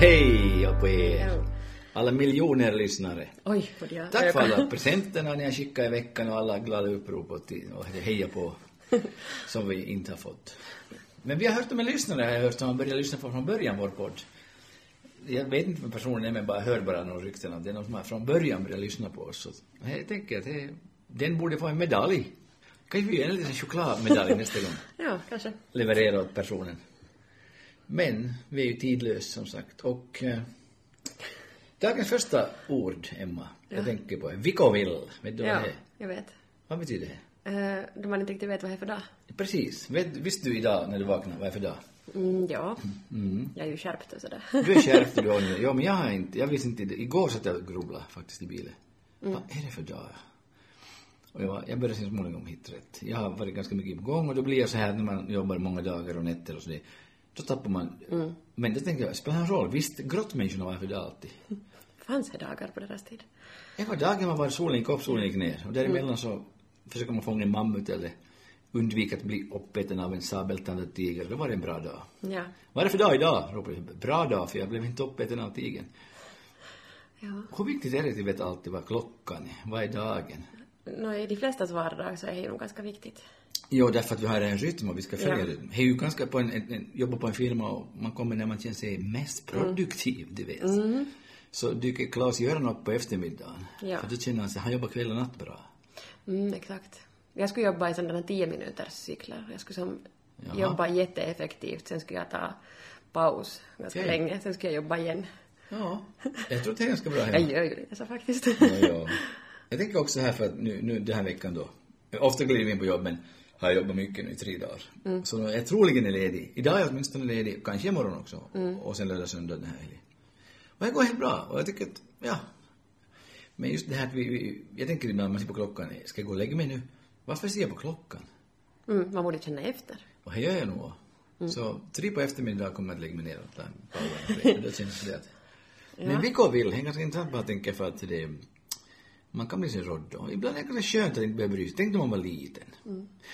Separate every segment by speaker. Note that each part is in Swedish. Speaker 1: Hej och på er! Alla miljoner lyssnare.
Speaker 2: Oj, vad jag
Speaker 1: Tack för alla presenterna ni har skickat i veckan och alla glada upprop och, till- och heja på som vi inte har fått. Men vi har hört om en lyssnare har jag hört som har börjat lyssna på från början, vår podd. Jag vet inte vem personen är, men bara hör bara några rykten att det är någon som har från början börjat lyssna på oss. Så jag tänker att det, den borde få en medalj. Kanske vi gör en liten chokladmedalj nästa gång
Speaker 2: Ja, kanske.
Speaker 1: leverera åt personen. Men vi är ju tidlösa som sagt och eh, dagens första ord, Emma, jag tänker på är vikovill. Vet du vad
Speaker 2: Ja,
Speaker 1: det är?
Speaker 2: jag vet.
Speaker 1: Vad betyder det?
Speaker 2: Eh, Då man inte riktigt vet vad det är för dag.
Speaker 1: Precis. Vet, visste du idag när du vaknade vad det är för dag?
Speaker 2: Mm, ja.
Speaker 1: Mm.
Speaker 2: Jag är ju skärpt och sådär.
Speaker 1: Du är skärpt och du har Ja, men jag har inte, jag visste inte. det. Igår satt jag och grubblade faktiskt i bilen. Vad är det för dag? Och jag, var, jag började så småningom hitta rätt. Jag har varit ganska mycket på gång och då blir jag så här när man jobbar många dagar och nätter och sådär. Då tappar man. Men då tänkte jag, spelar det någon roll? Visst, grottmänniskorna var för det alltid.
Speaker 2: Fanns det dagar på deras tid?
Speaker 1: Det var dagen man var solen gick upp, solen gick ner. Och däremellan så försöker man fånga en mammut eller undvika att bli uppäten av en sabeltandad tiger. Då var det en bra dag.
Speaker 2: Ja.
Speaker 1: Vad är det för dag idag? ropade jag. Bra dag, för jag blev inte uppäten av tigern.
Speaker 2: ja.
Speaker 1: Hur viktigt är det att vi vet alltid vad klockan är? Vad är dagen?
Speaker 2: Nå, I de flestas vardag så är det ju nog ganska viktigt.
Speaker 1: Jo, därför att vi har en rytm och vi ska följa
Speaker 2: Ja.
Speaker 1: den. Det är ju ganska på en, en, en, jobba på en firma och man kommer när man känner sig mest
Speaker 2: Mm.
Speaker 1: produktiv, du vet. Så dyker Claes-Göran upp på eftermiddagen.
Speaker 2: Ja.
Speaker 1: För då känner han sig, han jobbar kväll och natt bra.
Speaker 2: Mm, exakt. Jag skulle jobba i sådana tio minuters cykler. Jag skulle som jobba jätteeffektivt. Sen skulle jag ta paus ganska
Speaker 1: Okej.
Speaker 2: länge. Sen skulle jag jobba igen.
Speaker 1: Ja. Jag tror att det är ganska bra hemma.
Speaker 2: Jag gör ju lite så faktiskt.
Speaker 1: Ja, ja. Jag tänker också här för att nu, nu den här veckan då. Ofta glider vi in på jobb men har jag jobbat mycket nu i tre dagar. Så jag är troligen är ledig. Idag är jag åtminstone ledig, kanske imorgon också. Och sen lördag, söndag den här helgen. Och det går helt bra. Och jag tycker att, ja. Men just det här att vi, vi jag tänker ibland man ser på klockan, ska jag gå och lägga mig nu? Varför ser jag på klockan?
Speaker 2: Mm, man borde känna efter.
Speaker 1: Och här gör jag nog. Så tre på eftermiddag kommer jag att lägga mig ner och ta en power nap. Då känns det att... Men vilka vill, det är ganska intressant bara att tänka för att det... Man kan bli så rådd då. Ibland är det ganska skönt att inte behöva bry sig. Tänk när man var liten.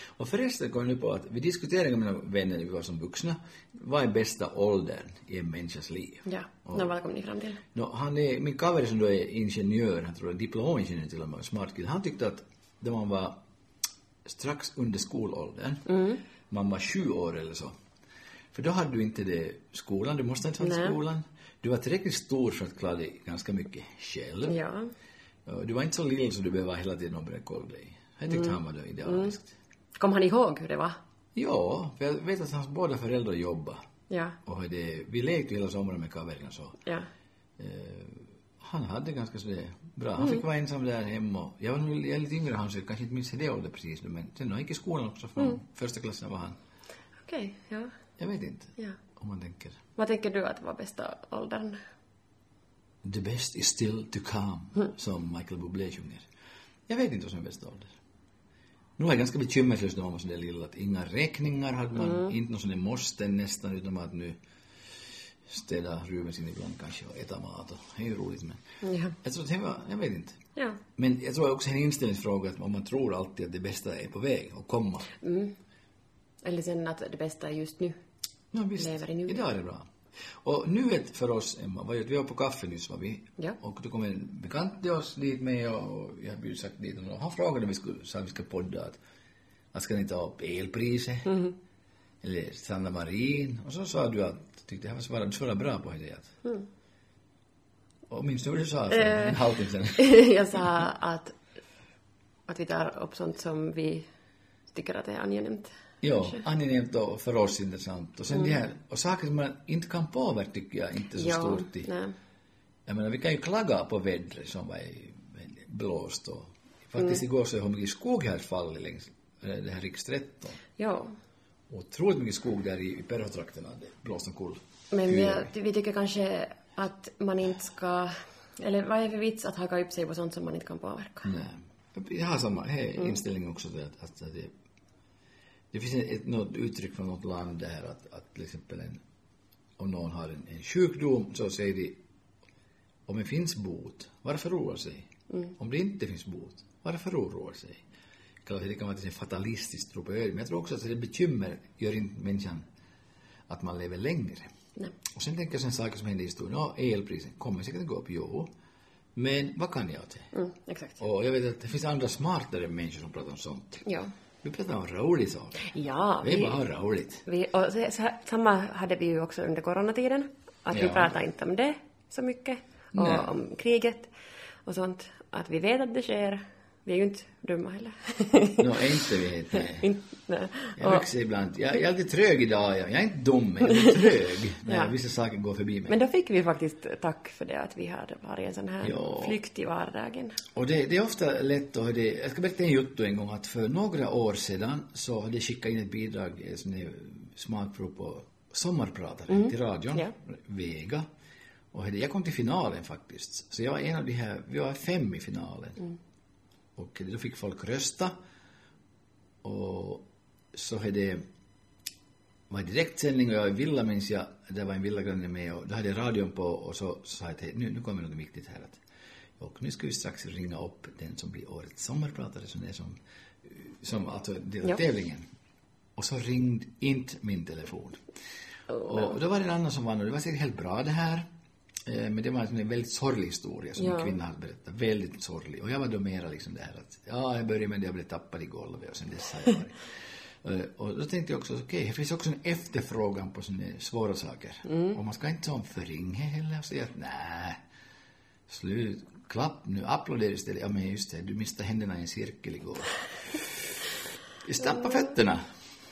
Speaker 1: Och förresten kom jag nu på att vi diskuterade med mina vänner när vi var som vuxna. Vad är bästa åldern i en människas liv?
Speaker 2: Ja.
Speaker 1: Och-
Speaker 2: Nå, vad kom ni fram till?
Speaker 1: No, han är, min kaveri som då är ingenjör, han tror jag är diplomingenjör till och med, smart kille, han tyckte att när man var strax under skolåldern,
Speaker 2: Mm.
Speaker 1: man var sju år eller så, för då hade du inte det skolan, du måste inte ha det
Speaker 2: Nej.
Speaker 1: skolan. Du var tillräckligt stor för att klara dig ganska mycket själv.
Speaker 2: Ja.
Speaker 1: Du var inte så lill så du behövde vara hela tiden någon började kolla dig. Jag
Speaker 2: Mm.
Speaker 1: tyckte han var då idealiskt.
Speaker 2: Kom han ihåg hur det var?
Speaker 1: Ja, för jag vet att hans båda föräldrar jobbade.
Speaker 2: Ja.
Speaker 1: Och det, vi lekte hela sommaren med kaverierna så.
Speaker 2: Ja.
Speaker 1: Han hade ganska sådär bra. Han fick vara ensam där hemma. Jag var nog jag är lite yngre än han så jag kanske inte minns det ålder precis nu men sen när han gick i skolan också från första klassen var han.
Speaker 2: Okej, ja.
Speaker 1: Jag vet inte.
Speaker 2: Ja.
Speaker 1: Om man tänker.
Speaker 2: Vad tänker du att var bästa åldern?
Speaker 1: The best is still to come, som Michael Bublé sjunger. Jag vet inte vad som är bästa ålder. Nu var jag ganska bekymmerslös när man var sådär lilla att inga räkningar hade man, inte någon sån där måste nästan utan att nu städa rummet in ibland kanske och äta mat och det är ju roligt men
Speaker 2: Ja.
Speaker 1: jag tror att det var, jag vet inte.
Speaker 2: Ja.
Speaker 1: Men jag tror också en inställningsfråga att om man tror alltid att det bästa är på väg att komma.
Speaker 2: Mm. Eller sen att det bästa är just nu.
Speaker 1: Ja, visst.
Speaker 2: Lever i nuet.
Speaker 1: Idag är det bra. Och nuet för oss, Emma, var ju att vi var på kaffe nyss var vi.
Speaker 2: Ja.
Speaker 1: Och då kom en bekant till oss dit med och jag hade ju sagt dit och han frågade om vi skulle, sa vi ska podda att, att ska ni ta upp elpriset?
Speaker 2: Mm-hmm.
Speaker 1: Eller Sanna Marin? Och så sa du att, tyckte jag var svarade, du svarade bra på det. Att,
Speaker 2: Mm.
Speaker 1: Och minns du vad du sa för
Speaker 2: Eh.
Speaker 1: en halvtimme sedan?
Speaker 2: jag sa att, att vi tar upp sånt som vi tycker att är angenämt.
Speaker 1: Ja, angenämt och för oss intressant. Och sen det här, och saker som man inte kan påverka tycker jag inte så Alltså, stort i.
Speaker 2: nej.
Speaker 1: Jag menar, vi kan ju klaga på vädret som var i- blåst och faktiskt igår så har mycket skog här fallit längs eh, det här riks 13.
Speaker 2: Ja.
Speaker 1: Otroligt mycket skog där i i Perhotrakterna, det blåste omkull.
Speaker 2: Men vi,
Speaker 1: Fyra.
Speaker 2: vi tycker kanske att man inte ska... Eller vad är det för vits att haka upp sig på sånt som man
Speaker 1: Mm.
Speaker 2: inte kan påverka?
Speaker 1: Nej. Jag har samma här inställning också till att, att, att det, Det finns ett, ett, något uttryck från något land det här att, att till exempel en, om någon har en, en sjukdom så säger de om det finns bot, varför oroa sig? Om det inte finns bot, varför oroa sig? Klart det kan vara en fatalistisk tro på ödet, men jag tror också att det bekymmer gör inte människan att man lever längre.
Speaker 2: Nej.
Speaker 1: Och sen tänker jag sen saker som händer i historien. Ja, elpriset kommer säkert att gå upp, jo. Men vad kan jag till?
Speaker 2: Mm, exakt.
Speaker 1: Och jag vet att det finns andra smartare människor som pratar om sånt.
Speaker 2: Ja.
Speaker 1: Vi pratar om roligt saker.
Speaker 2: Ja,
Speaker 1: Det är
Speaker 2: vi,
Speaker 1: bara roligt.
Speaker 2: vi, och så, så, här- samma hade vi ju också under coronatiden. Att vi
Speaker 1: Ja.
Speaker 2: pratar inte om det så mycket. Och
Speaker 1: Nej.
Speaker 2: om kriget och sånt. Att vi vet att det sker. Vi är ju inte dumma heller.
Speaker 1: Nå, inte vet jag.
Speaker 2: Inte- nej.
Speaker 1: Jag
Speaker 2: Och-
Speaker 1: växer ibland. Jag, jag är lite trög idag. Jag, jag är inte dum, men jag är trög. När
Speaker 2: Ja.
Speaker 1: vissa saker går förbi mig.
Speaker 2: Men då fick vi faktiskt tack för det att vi har varit en sån här
Speaker 1: Ja.
Speaker 2: flykt i vardagen.
Speaker 1: Och det, det är ofta lätt att... Det, jag ska berätta en jotto en gång att för några år sedan så hade jag skickat in ett bidrag, eh, som är smakprov på sommarpratare till radion,
Speaker 2: Ja.
Speaker 1: Vega. Och hade- jag kom till finalen faktiskt. Så jag var en av de här, vi var fem i finalen. Och då fick folk rösta. Och så hade det var direktsändning och jag var i villa minns jag, där var en villagranne med och då hade jag radion på och så sa jag till nu, nu kommer något viktigt här att, och nu ska vi strax ringa upp den som blir årets sommarpratare som är som, som alltså delar
Speaker 2: Ja.
Speaker 1: tävlingen. Och så ringde inte min telefon. och då var det en annan som vann och det var säkert helt bra det här. Eh, Men det var en väldigt sorglig historia som
Speaker 2: Ja.
Speaker 1: en kvinna hade berättat. Väldigt sorglig. Och jag var då mera liksom det här att, ja, jag började med det, jag blev tappad i golvet och sen dess har jag varit. Eh, Och då tänkte jag också, okej, det finns också en efterfrågan på såna svåra saker. Och man ska inte som förringa heller och säga att nej, slut, klapp nu, applådera istället. Ja men just det, du missade händerna i en cirkel igår. Stampa fötterna.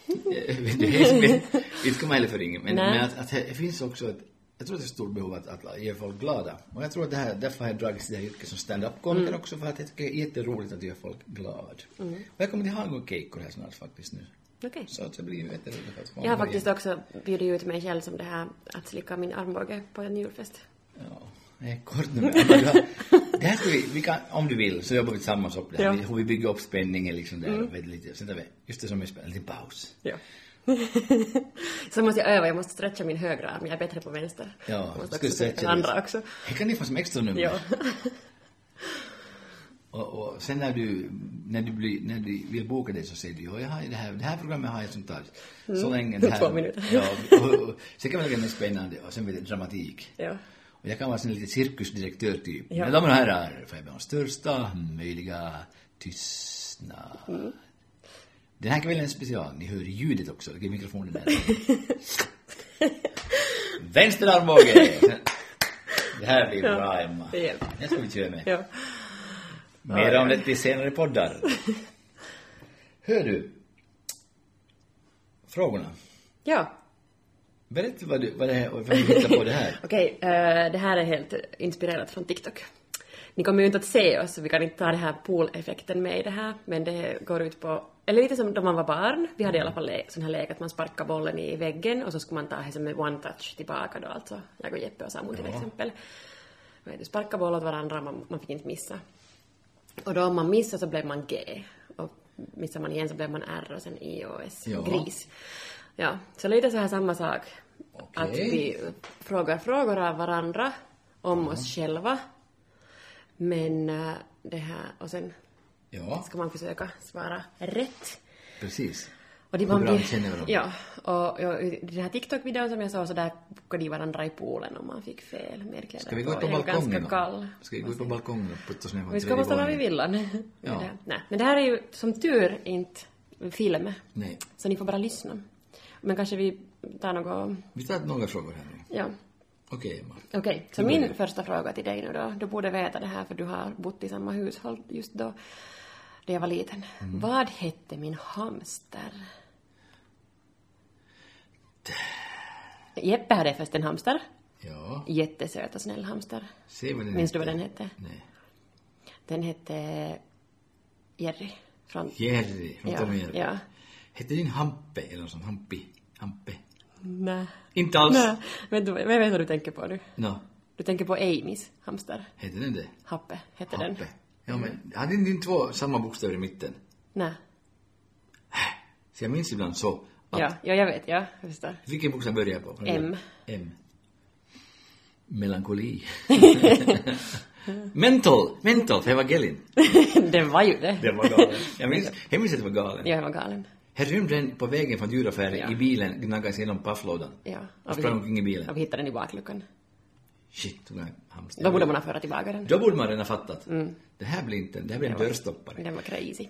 Speaker 1: Eh, det är som- Inte kan man heller förringa, men,
Speaker 2: Nej.
Speaker 1: men att, att det finns också ett jag tror att det är ett stort behov att, att ge folk glada. Och jag tror att det här, därför har jag dragits till det här yrket som stand-up-komiker
Speaker 2: Mm.
Speaker 1: också, för att jag tycker det är jätteroligt att göra folk glad. Och jag kommer till Hago Keikko här snart faktiskt nu.
Speaker 2: Okej.
Speaker 1: Så att det blir ju jätteroligt att få
Speaker 2: Jag har
Speaker 1: vara
Speaker 2: faktiskt
Speaker 1: igen.
Speaker 2: också bjudit ut mig själv som det här att slicka min armbåge på en julfest.
Speaker 1: Ja, det är kort nu. men du har- Det här ska vi, vi kan, om du vill, så jobbar vi tillsammans upp det här.
Speaker 2: Ja. Mm.
Speaker 1: Vi- Hur vi bygger upp spänningen liksom där. och vet Lite, sen tar vi, just det som är spännande, lite paus.
Speaker 2: Ja. så måste jag öva, jag måste stretcha min högra arm, jag är bättre på vänster.
Speaker 1: Ja,
Speaker 2: jag måste
Speaker 1: ska
Speaker 2: också stretcha den andra också.
Speaker 1: Det kan ni få som extra nummer.
Speaker 2: Ja.
Speaker 1: Och, och sen när du, när du blir, när du vill boka dig så säger du ja, jag har ju det här, det här programmet har jag som tar så länge det här.
Speaker 2: Två minuter.
Speaker 1: Ja, och, och, och, sen kan man lägga något spännande och sen blir det dramatik.
Speaker 2: ja.
Speaker 1: Och jag kan vara sån lite cirkusdirektör typ.
Speaker 2: Ja.
Speaker 1: Men de här är Fabians största möjliga tystnad.
Speaker 2: Mm.
Speaker 1: Den här kvällen är special. Ni hör ljudet också. Vilken mikrofon det är. Vänster armbåge! Det här blir
Speaker 2: Ja.
Speaker 1: bra, Emma.
Speaker 2: Det hjälper.
Speaker 1: Det ska vi köra med.
Speaker 2: ja.
Speaker 1: Mer om det i senare poddar. Hör du. Frågorna.
Speaker 2: ja.
Speaker 1: Berätta vad du, vad det här, vad du hittar på det här.
Speaker 2: Okej, eh, det här är helt inspirerat från TikTok. Ni kommer ju inte att se oss, så vi kan inte ta den här pool-effekten med i det här, men det går ut på, eller lite som då man var barn, vi hade i alla fall le- sån här lek att man sparkar bollen i väggen och så skulle man ta det som en one-touch tillbaka då, alltså jag och Jeppe och Samu till
Speaker 1: Ja.
Speaker 2: exempel. Men du sparkar boll åt varandra, man, man fick inte missa. Och då om man missade så blev man G. Och missade man igen så blev man R och sen I och S.
Speaker 1: Ja.
Speaker 2: Gris. Ja, så lite så här samma sak.
Speaker 1: Okej.
Speaker 2: Att vi frågar frågor av varandra om oss själva. Men eh, det här, och sen
Speaker 1: Ja,
Speaker 2: ska man försöka svara rätt.
Speaker 1: precis.
Speaker 2: Och de
Speaker 1: Hur bra känner varandra?
Speaker 2: Ja, och, och i den här TikTok-videon som jag såg så där kokade de varandra i poolen om man fick fel med kläder
Speaker 1: Ska vi gå ut
Speaker 2: på.
Speaker 1: på
Speaker 2: Jag är
Speaker 1: balkongen?
Speaker 2: ganska
Speaker 1: då?
Speaker 2: kall.
Speaker 1: Ska vi gå ut på balkongen och putta snö på
Speaker 2: Vi ska
Speaker 1: tredje
Speaker 2: bara stanna vid
Speaker 1: våningen?
Speaker 2: villan.
Speaker 1: Ja.
Speaker 2: Men det- Nej. Men det här är ju som tur inte film,
Speaker 1: Nej.
Speaker 2: så ni får bara lyssna. Men kanske vi tar något...
Speaker 1: Vi tar några frågor här nu.
Speaker 2: Ja.
Speaker 1: Okej, Emma.
Speaker 2: Okej, så min första fråga till dig nu då. Du borde veta det här för du har bott i samma hushåll just då, när jag var liten. Vad hette min hamster? Jeppe hade först en hamster.
Speaker 1: Ja.
Speaker 2: Jättesöt och snäll hamster.
Speaker 1: Se vad den
Speaker 2: Minns du
Speaker 1: heter.
Speaker 2: vad den hette?
Speaker 1: Nej.
Speaker 2: Den hette Jerry. Från...
Speaker 1: Jerry från Tom och Jerry.
Speaker 2: ja.
Speaker 1: Hette din Hampe eller något sånt? Hampi? Hampe?
Speaker 2: Nej.
Speaker 1: Inte alls.
Speaker 2: Nej, men du, jag vet vad du tänker på nu.
Speaker 1: Nå,
Speaker 2: Du tänker på Amys hamster.
Speaker 1: hette den det?
Speaker 2: Happe hette den.
Speaker 1: Hampe. Ja, men hade inte din två samma bokstäver i mitten?
Speaker 2: Nej.
Speaker 1: Så jag minns ibland så att...
Speaker 2: Ja, ja, jag vet, ja, jag förstår.
Speaker 1: Vilken bokstav börjar jag på?
Speaker 2: M.
Speaker 1: M. Melankoli. mental! Mental för Evangelin.
Speaker 2: den var ju det.
Speaker 1: Det var galen. Jag minns, jag minns att det var galen.
Speaker 2: Ja, jag var galen.
Speaker 1: Här rymde den på vägen från djuraffären
Speaker 2: Ja.
Speaker 1: i bilen, gnaggade sig genom pafflådan.
Speaker 2: Ja.
Speaker 1: Och sprang omkring i bilen.
Speaker 2: Och vi hittade den i bakluckan.
Speaker 1: Shit, tog jag en hamster.
Speaker 2: Då borde man Mm. ha fört tillbaka den.
Speaker 1: Då borde man redan ha fattat. Det här blir inte, det här blir en dörrstoppare.
Speaker 2: Den var crazy.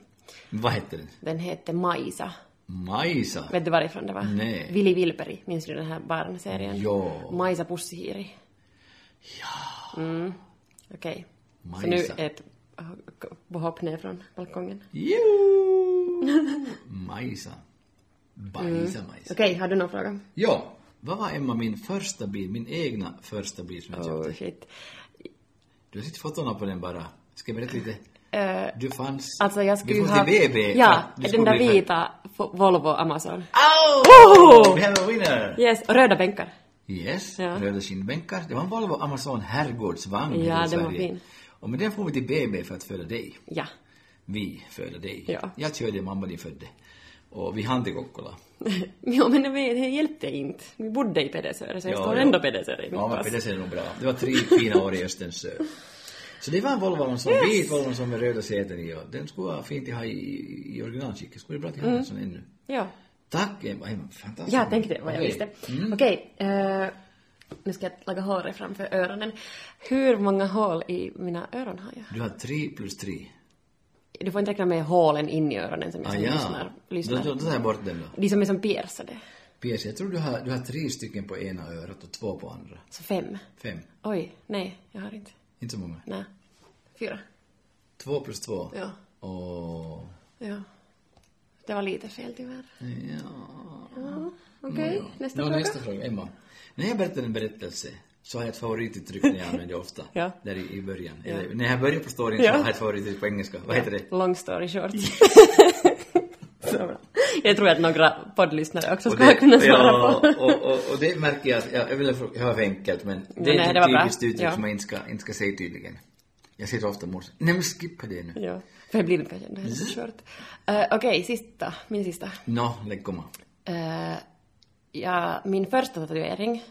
Speaker 1: Men Vad hette den?
Speaker 2: Den hette Majsa.
Speaker 1: Majsa.
Speaker 2: Vet du varifrån det var?
Speaker 1: Nej.
Speaker 2: Vili Vilperi, minns du den här barnserien?
Speaker 1: Ja.
Speaker 2: Majsa Pussihiri. Ja. Mm. Okej. Så nu
Speaker 1: Majsa.
Speaker 2: ett eh, påhopp ner från balkongen.
Speaker 1: Jo! Majsa. Bajsa, majsa.
Speaker 2: Okej, har du någon fråga?
Speaker 1: Ja, vad var Emma min första bil, min egna första bil som jag köpte?
Speaker 2: Oh shit.
Speaker 1: Du har sett fotona på den bara. Ska jag berätta lite? du fanns...
Speaker 2: Alltså jag skulle
Speaker 1: du
Speaker 2: ju
Speaker 1: får
Speaker 2: ha...
Speaker 1: till BB.
Speaker 2: Ja,
Speaker 1: för att du
Speaker 2: den där
Speaker 1: skulle bli-
Speaker 2: vita fo- Volvo Amazon.
Speaker 1: Au! Vi har en winner!
Speaker 2: Yes, och röda bänkar.
Speaker 1: Yes,
Speaker 2: Ja.
Speaker 1: röda kindbänkar. Det var en Volvo Amazon herrgårdsvagn
Speaker 2: Ja,
Speaker 1: heter i
Speaker 2: den var
Speaker 1: Sverige.
Speaker 2: fin.
Speaker 1: Och med den får vi till BB för att föda dig.
Speaker 2: Ja.
Speaker 1: Vi föder dig.
Speaker 2: Ja.
Speaker 1: Jag körde, mamma din födde. Och vi hann till Kokkola.
Speaker 2: ja, men det, det hjälpte inte. Vi bodde i Pedersöre, så jag står ändå Pedersöre i mitt
Speaker 1: Ja, men
Speaker 2: pass.
Speaker 1: Pedersen är nog bra. Det var tre fina år i Östensö. Så det var en Volvo Amazon, vit Volvo Amazon med röda säten i och den skulle vara fint att ha i, i originalskick. Skulle bli bra till
Speaker 2: Mm.
Speaker 1: ha en sån ännu.
Speaker 2: Ja.
Speaker 1: Tack Emma, Emma fantastiskt.
Speaker 2: Jag tänkte vad jag
Speaker 1: Okej. Mm.
Speaker 2: visste. Okej, eh, nu ska jag laga håret framför öronen. Hur många hål i mina öron har jag?
Speaker 1: Du har tre plus tre.
Speaker 2: Du får inte räkna med hålen in i öronen som jag
Speaker 1: Ah,
Speaker 2: som
Speaker 1: ja.
Speaker 2: lyssnar,
Speaker 1: Då, då,
Speaker 2: lyssnar.
Speaker 1: då tar jag bort den då.
Speaker 2: De som är som piercade.
Speaker 1: P.S. Jag tror du har, du har tre stycken på ena örat och två på andra.
Speaker 2: Så fem.
Speaker 1: Fem.
Speaker 2: Oj, nej, jag har inte.
Speaker 1: Inte så många.
Speaker 2: Nej. Fyra.
Speaker 1: Två plus två.
Speaker 2: Ja.
Speaker 1: Och...
Speaker 2: Ja. Det var lite fel tyvärr.
Speaker 1: Ja.
Speaker 2: Okej,
Speaker 1: Mm, Ja.
Speaker 2: nästa
Speaker 1: Nå,
Speaker 2: fråga.
Speaker 1: nästa fråga, Emma. När jag berättar en berättelse så har jag ett favorituttryck som jag använder ofta.
Speaker 2: Ja.
Speaker 1: Där i, i början. Eller, när jag börjar på storyn så
Speaker 2: Ja.
Speaker 1: har jag ett favorituttryck på engelska. Vad heter det?
Speaker 2: Long story short.
Speaker 1: Mm.
Speaker 2: Så bra. jag tror att några poddlyssnare också
Speaker 1: Och
Speaker 2: skulle
Speaker 1: det,
Speaker 2: kunna svara
Speaker 1: ja,
Speaker 2: på.
Speaker 1: och, och, och det märker jag att, jag, jag vill fråga, jag har för enkelt men det
Speaker 2: Nej,
Speaker 1: är
Speaker 2: det
Speaker 1: ett
Speaker 2: var bra.
Speaker 1: typiskt uttryck
Speaker 2: Ja.
Speaker 1: som man inte ska, inte ska säga tydligen. Jag säger det ofta mors. Nej men skippa det nu.
Speaker 2: Ja, för det blir det kanske ändå helt
Speaker 1: Mm.
Speaker 2: short. Eh, Okej, sista. Min sista.
Speaker 1: Nå, lägg komma.
Speaker 2: Eh, ja, min första tatuering,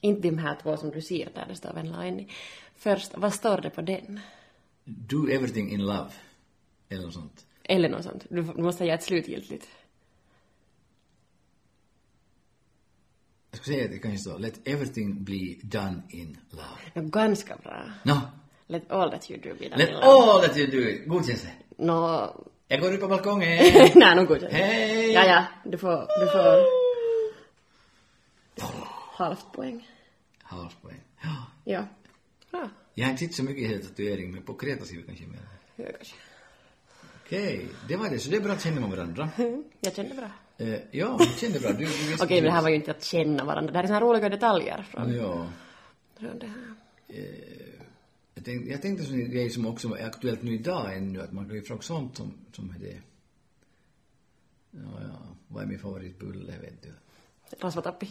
Speaker 2: inte de här två som du ser där det står Venlaini. Först, vad står det på den?
Speaker 1: Do everything in love. Eller något sånt.
Speaker 2: Eller något sånt. Du, du måste säga ett slutgiltigt.
Speaker 1: Jag skulle säga att det kanske står Let everything be done in love.
Speaker 2: Ja, ganska bra.
Speaker 1: Nå,
Speaker 2: Let all that you do be done.
Speaker 1: let
Speaker 2: in love.
Speaker 1: all that you do. Godkänns det?
Speaker 2: Nå...
Speaker 1: Jag går ut på balkongen.
Speaker 2: Nej, nog godkänt.
Speaker 1: Hej!
Speaker 2: Ja, ja, du får, du får... du får Halvt poäng.
Speaker 1: Halvpoäng. Ja.
Speaker 2: Ja. Bra.
Speaker 1: Jag har inte sett så mycket hela tatuering, men på Kreta ser vi kanske mer.
Speaker 2: Jag kanske.
Speaker 1: Okej, det var det. Så det är bra att känna med varandra.
Speaker 2: Jag kände bra.
Speaker 1: Eh, ja, jag kände bra. Du, du visste
Speaker 2: Okej, men det här var ju inte att känna varandra. Det här är såna här roliga detaljer från,
Speaker 1: precis. Ja.
Speaker 2: från det här.
Speaker 1: Jag tänkte, jag tänkte sån grej som också är aktuellt nu idag ännu, att man kan ju fråga sånt som, som är det. Ja, ja. Vad är min favoritbulle, vet du?
Speaker 2: Rasvatappi.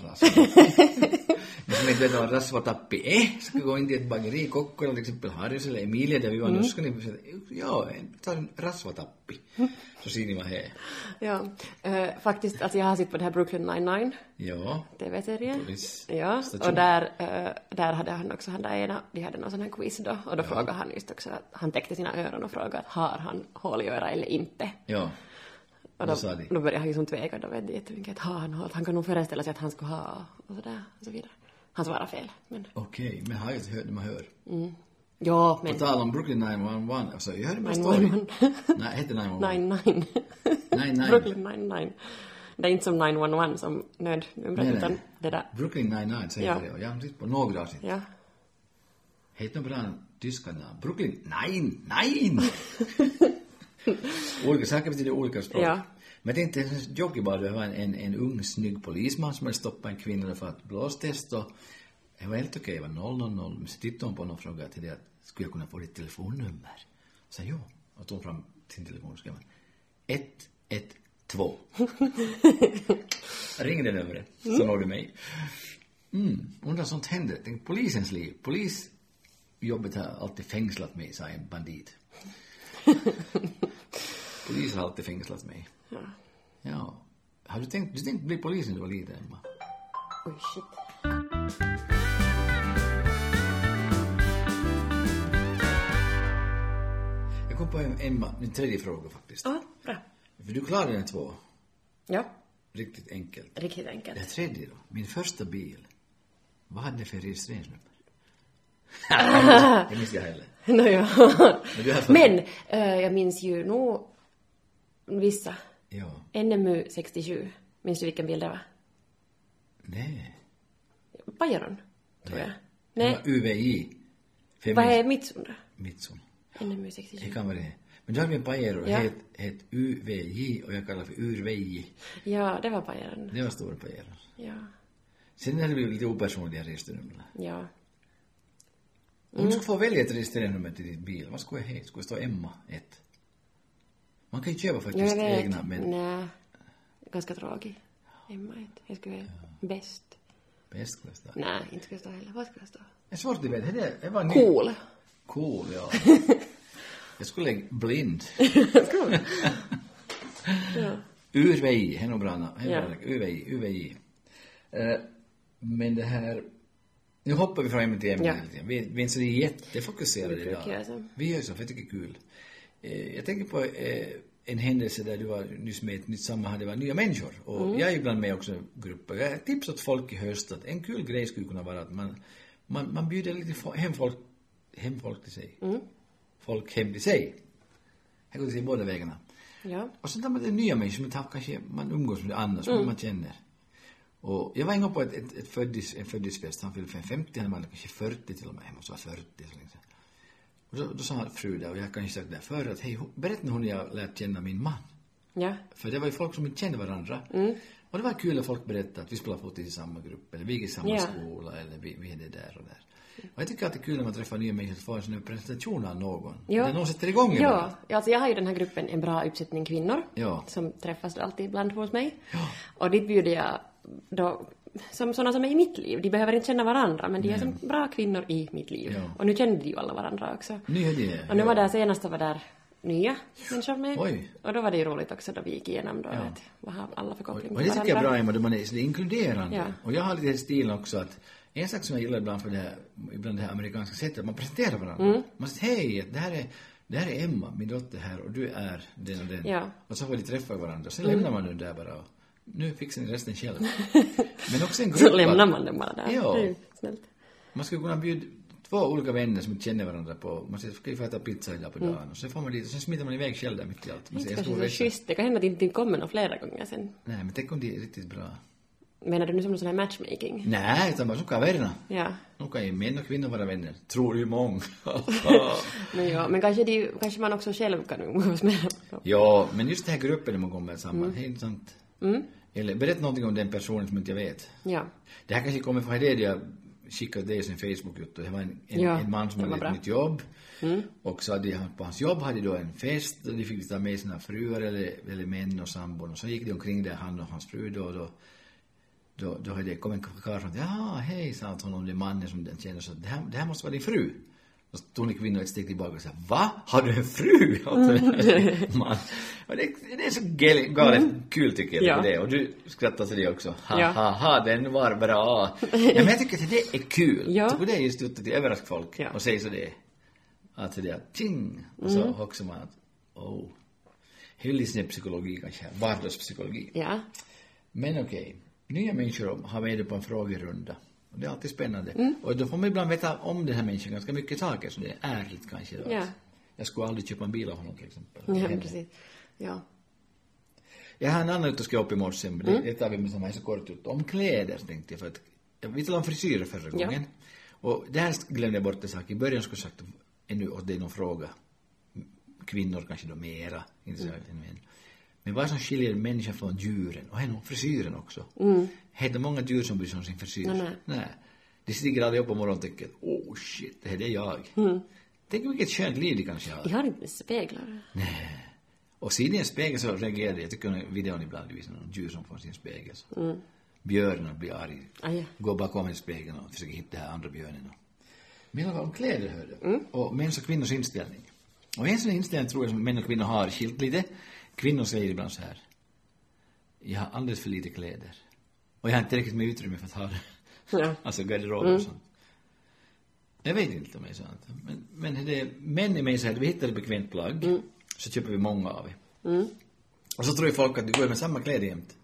Speaker 1: Men som inte vet vad rasvatappi är, ska gå in till ett bageri, Kokkola till exempel, Harrys eller Emilia där vi var nu, ska ni säga, ja, niin en- ta en rasvatappi. Så ser ni vad det är.
Speaker 2: Ja. eh, faktiskt, alltså jag har sett på det här Brooklyn 99,
Speaker 1: Ja,
Speaker 2: TV-serien.
Speaker 1: Polis.
Speaker 2: Ja,
Speaker 1: Station.
Speaker 2: och där, eh, där hade han också, han där ena, de hade någon sån här quiz då, och då frågade han just också att han täckte sina öron och frågade att har han hål i örat eller inte?
Speaker 1: ja.
Speaker 2: Och
Speaker 1: Vad
Speaker 2: då,
Speaker 1: sa de?
Speaker 2: då började han ju som tveka, då vet jag jättemycket att har han hål, han kan nog föreställa sig att han skulle ha och sådär, och så vidare. Han svarade fel, men
Speaker 1: Okej, men har jag hört när man hör.
Speaker 2: ja, men
Speaker 1: På tal om Brooklyn 911, alltså jag hörde en story.
Speaker 2: 911.
Speaker 1: Nej, hette 911?
Speaker 2: 99.
Speaker 1: 99.
Speaker 2: Brooklyn 99. Det är inte som 911 som nödnumret,
Speaker 1: Nej, nej.
Speaker 2: utan det där.
Speaker 1: Brooklyn 99 säger
Speaker 2: Ja.
Speaker 1: det och jag har tittat på några avsnitt.
Speaker 2: Ja.
Speaker 1: Heter något bra tyska namn? Brooklyn? Nein, nein! olika saker betyder olika språk.
Speaker 2: Ja.
Speaker 1: Men jag tänkte, joggig bara, det var en, en, en ung snygg polisman som hade stoppat en kvinna för att blåstest och det var helt okej, det var 000, men så tittade hon på honom och frågade till det att skulle jag kunna få ditt telefonnummer? Så ja, och tog fram sin telefon och skrev 112. Ring det numret, så når du mig. Mm, undrar sånt händer. Tänk polisens liv. Polisjobbet har alltid fängslat mig, sa en bandit. Polisen har alltid fängslat mig. Ja. Ja. Har du tänkt, du tänkte bli polis när du var liten, Emma?
Speaker 2: Oj, shit.
Speaker 1: Jag kom på en, Emma, min tredje fråga faktiskt.
Speaker 2: Ja, bra.
Speaker 1: För du klarade den två.
Speaker 2: Ja,
Speaker 1: Riktigt enkelt.
Speaker 2: riktigt
Speaker 1: Det
Speaker 2: enkelt.
Speaker 1: tredje då. Min första bil. Vad hade den för registreringsnummer? det minns jag heller.
Speaker 2: Nåja.
Speaker 1: Men du har fått-
Speaker 2: Men eh, jag minns ju nog vissa.
Speaker 1: Ja.
Speaker 2: NMU 67. Minns du vilken bild det var?
Speaker 1: Nej.
Speaker 2: Bajaron, tror jag.
Speaker 1: Det
Speaker 2: Nej,
Speaker 1: var UVI. För jag
Speaker 2: vad
Speaker 1: minns
Speaker 2: är mitt undra?
Speaker 1: mitt son.
Speaker 2: NMU
Speaker 1: Det
Speaker 2: 67.
Speaker 1: kan vara det. Men då hade vi en Pajero,
Speaker 2: Ja.
Speaker 1: het, het UVJ och jag kallar för Urveji.
Speaker 2: Ja, det var Bajaron.
Speaker 1: Det var stora Pajero.
Speaker 2: Ja.
Speaker 1: Sen hade vi lite opersonliga registernummer.
Speaker 2: Ja.
Speaker 1: Om
Speaker 2: Mm.
Speaker 1: du skulle få välja ett registreringsnummer till din bil, vad skulle jag heta? Skulle det stå Emma 1? Man kan ju köpa
Speaker 2: Ja,
Speaker 1: faktiskt
Speaker 2: jag vet.
Speaker 1: egna, men
Speaker 2: Nej. Ganska tragig. Emma heter Jag skulle vara bäst.
Speaker 1: bäst skulle det stå.
Speaker 2: Nej, inte skulle jag stå heller. Vad skulle jag stå?
Speaker 1: Det är svårt att veta. Det är- Det var ny.
Speaker 2: Cool.
Speaker 1: Cool, ja. jag skulle lägga blind.
Speaker 2: Cool. ja.
Speaker 1: Urveji, det är nog bra namn. Det är
Speaker 2: Ja.
Speaker 1: bra namn. Urveji, Urveji. Eh, Men det här... Nu hoppar vi fram till ämnet
Speaker 2: Ja.
Speaker 1: hela tiden. Vi, vi är inte så jättefokuserade
Speaker 2: Vi brukar
Speaker 1: idag.
Speaker 2: göra så.
Speaker 1: Vi gör så, för jag tycker det är kul. Eh, Jag tänker på eh, en händelse där du var nyss med i ett nytt sammanhang, det var nya människor. Och
Speaker 2: Mm.
Speaker 1: jag är ibland med också i grupper. Jag har tipsat folk i höst att en kul grej skulle kunna vara att man, man, man bjuder lite fo- hem folk, hem folk till sig.
Speaker 2: Mm.
Speaker 1: Folk hem till sig. Här går det sig båda vägarna.
Speaker 2: Ja.
Speaker 1: Och sen tar man det nya människor som inte har- kanske man umgås med annars,
Speaker 2: Mm.
Speaker 1: men man känner. Och jag var en gång på ett, ett, ett föddis, en föddisfest, han fyllde 50, han var kanske 40 till och med, han måste vara 40 så länge sedan. Och då, då sa han fru där, och jag har kanske sagt det här förr, att hej, hon- berätta nu hur ni har lärt känna min man.
Speaker 2: Ja.
Speaker 1: För det var ju folk som inte kände varandra.
Speaker 2: Mm.
Speaker 1: Och det var kul att folk berättade att vi spelar fotboll i samma grupp, eller vi gick i samma
Speaker 2: Ja.
Speaker 1: skola, eller vi, vi är det där och där. Och jag tycker att det är kul när man träffar nya människor, att få en sån här presentation av någon.
Speaker 2: Ja.
Speaker 1: Där någon sätter igång en
Speaker 2: Ja, ja, alltså jag har ju den här gruppen En bra uppsättning kvinnor
Speaker 1: Ja.
Speaker 2: som träffas då alltid ibland hos mig. Och dit bjuder jag då som sådana som är i mitt liv. De behöver inte känna varandra men de är som bra kvinnor i mitt liv.
Speaker 1: Ja.
Speaker 2: Och nu kände de ju alla varandra också.
Speaker 1: Nu är det.
Speaker 2: Och nu var där senast var där nya människor med.
Speaker 1: Oj.
Speaker 2: Och då var det ju roligt också då vi gick igenom då att vad har alla för koppling
Speaker 1: Och det
Speaker 2: till
Speaker 1: tycker jag
Speaker 2: varandra.
Speaker 1: är bra Emma, då man är så det är inkluderande.
Speaker 2: Ja.
Speaker 1: Och jag har lite den stilen också att en sak som jag gillar ibland för det här, ibland det här amerikanska sättet, att man presenterar varandra.
Speaker 2: Mm.
Speaker 1: Man säger hej, det här är det här är Emma, min dotter här och du är den och den.
Speaker 2: Ja. Mm.
Speaker 1: Och så får de träffa varandra. Sen lämnar man den där bara och nu fixar ni resten själv. Men också en grupp.
Speaker 2: Så
Speaker 1: att-
Speaker 2: lämnar man dem bara där.
Speaker 1: Ja.
Speaker 2: Det är ju snällt.
Speaker 1: man skulle kunna bjuda två olika vänner som inte känner varandra på, man säger, ska vi få äta pizza idag på dagen? Och sen får man dit och sen smiter man iväg själv där mitt i allt. Man
Speaker 2: Det
Speaker 1: säger,
Speaker 2: är
Speaker 1: jag ska gå
Speaker 2: Mm. kanske
Speaker 1: och vässa.
Speaker 2: så schysst. Det kan hända att inte kommer någon flera gånger sen.
Speaker 1: Nej, men tänk om det är riktigt bra.
Speaker 2: Menar du nu som någon sån här matchmaking?
Speaker 1: Nej, utan bara som kaverna.
Speaker 2: Ja.
Speaker 1: Nu kan ju män och kvinnor vara vänner. Tror ju många.
Speaker 2: Men ja, men kanske, det, är ju- kanske man också själv kan umgås med dem.
Speaker 1: ja, men just den här gruppen när man kommer samman, det är intressant. Eller berätta någonting om den personen som inte jag vet.
Speaker 2: Ja.
Speaker 1: Det här kanske kommer från det jag skickade dig sin Facebook-grupp. Det var en, en,
Speaker 2: Ja,
Speaker 1: en man som
Speaker 2: det var
Speaker 1: hade ett
Speaker 2: bra. Mm.
Speaker 1: nytt jobb. Och så hade han, på hans jobb hade då en fest och de fick ta med sina fruar eller, eller män och sambon. Och så gick de omkring där, han och hans fru då. och då då, då hade det kommit en karl fram till ja hej, sa han till honom, det är mannen som den känner, så det här, det här måste vara din fru. Då tog den kvinnan ett steg tillbaka och sa, va? Har du en fru? Man. Och det, det är så gal- galet kul tycker jag,
Speaker 2: Mm. Ja.
Speaker 1: det. och du skrattar till det också. Ha,
Speaker 2: Ja.
Speaker 1: ha, ha, den var bra. ja, men jag tycker att det är kul.
Speaker 2: Ja.
Speaker 1: Så går det just ut till överraska folk
Speaker 2: Ja.
Speaker 1: och säger så det. Att det är ting. Och så
Speaker 2: Mm.
Speaker 1: också man att, oh. Det är ju lite sån här psykologi kanske, här, vardagspsykologi.
Speaker 2: Ja.
Speaker 1: Men okej, nya människor har med det på en frågerunda. Och det är alltid spännande.
Speaker 2: Mm.
Speaker 1: Och då får man ibland veta om den här människan ganska mycket saker, så det är ärligt kanske. Då.
Speaker 2: Ja.
Speaker 1: att Jag skulle aldrig köpa en bil av honom till exempel.
Speaker 2: Ja,
Speaker 1: Henne.
Speaker 2: precis. Ja.
Speaker 1: Jag har en annan ut och ska upp i morse, men det,
Speaker 2: Mm.
Speaker 1: det tar vi med som är så kort ut. Om kläder tänkte jag, för att jag- vi talade om frisyrer förra
Speaker 2: Ja.
Speaker 1: gången. Och där glömde jag bort en sak. I början skulle jag sagt ännu åt dig någon fråga. Kvinnor kanske då mera, inte så mm. men. Men vad som skiljer människan från djuren, och ändå frisyren också. Mm. Det är många djur som bryr sig om sin frisyr.
Speaker 2: Nej, nej.
Speaker 1: De stiger aldrig upp på morgonen och tänker, oh shit, det här är jag.
Speaker 2: Mm.
Speaker 1: Tänk vilket skönt liv de kanske har.
Speaker 2: Jag har inte med speglar.
Speaker 1: Och ser ni en spegel så reagerar jag. Jag tycker om videon ibland visar någon djur som får sin spegel. Så. Björnen blir arg.
Speaker 2: Aj, ja.
Speaker 1: Går bakom en spegel och försöker hitta den här andra björnen. och- Men i alla fall om kläder hörde. Mm. Och mäns och kvinnors inställning. Och en sån inställning tror jag som män och kvinnor har skilt lite. Kvinnor säger ibland så här. jag har alldeles för lite kläder. Och jag har inte tillräckligt med utrymme för att ha det.
Speaker 2: Ja.
Speaker 1: Alltså garderober och sånt. Jag vet inte om det är sant. Men, men det, män är med så här, vi hittar ett bekvämt plagg, så köper vi många av det. Och så tror ju folk att du går med samma kläder jämt.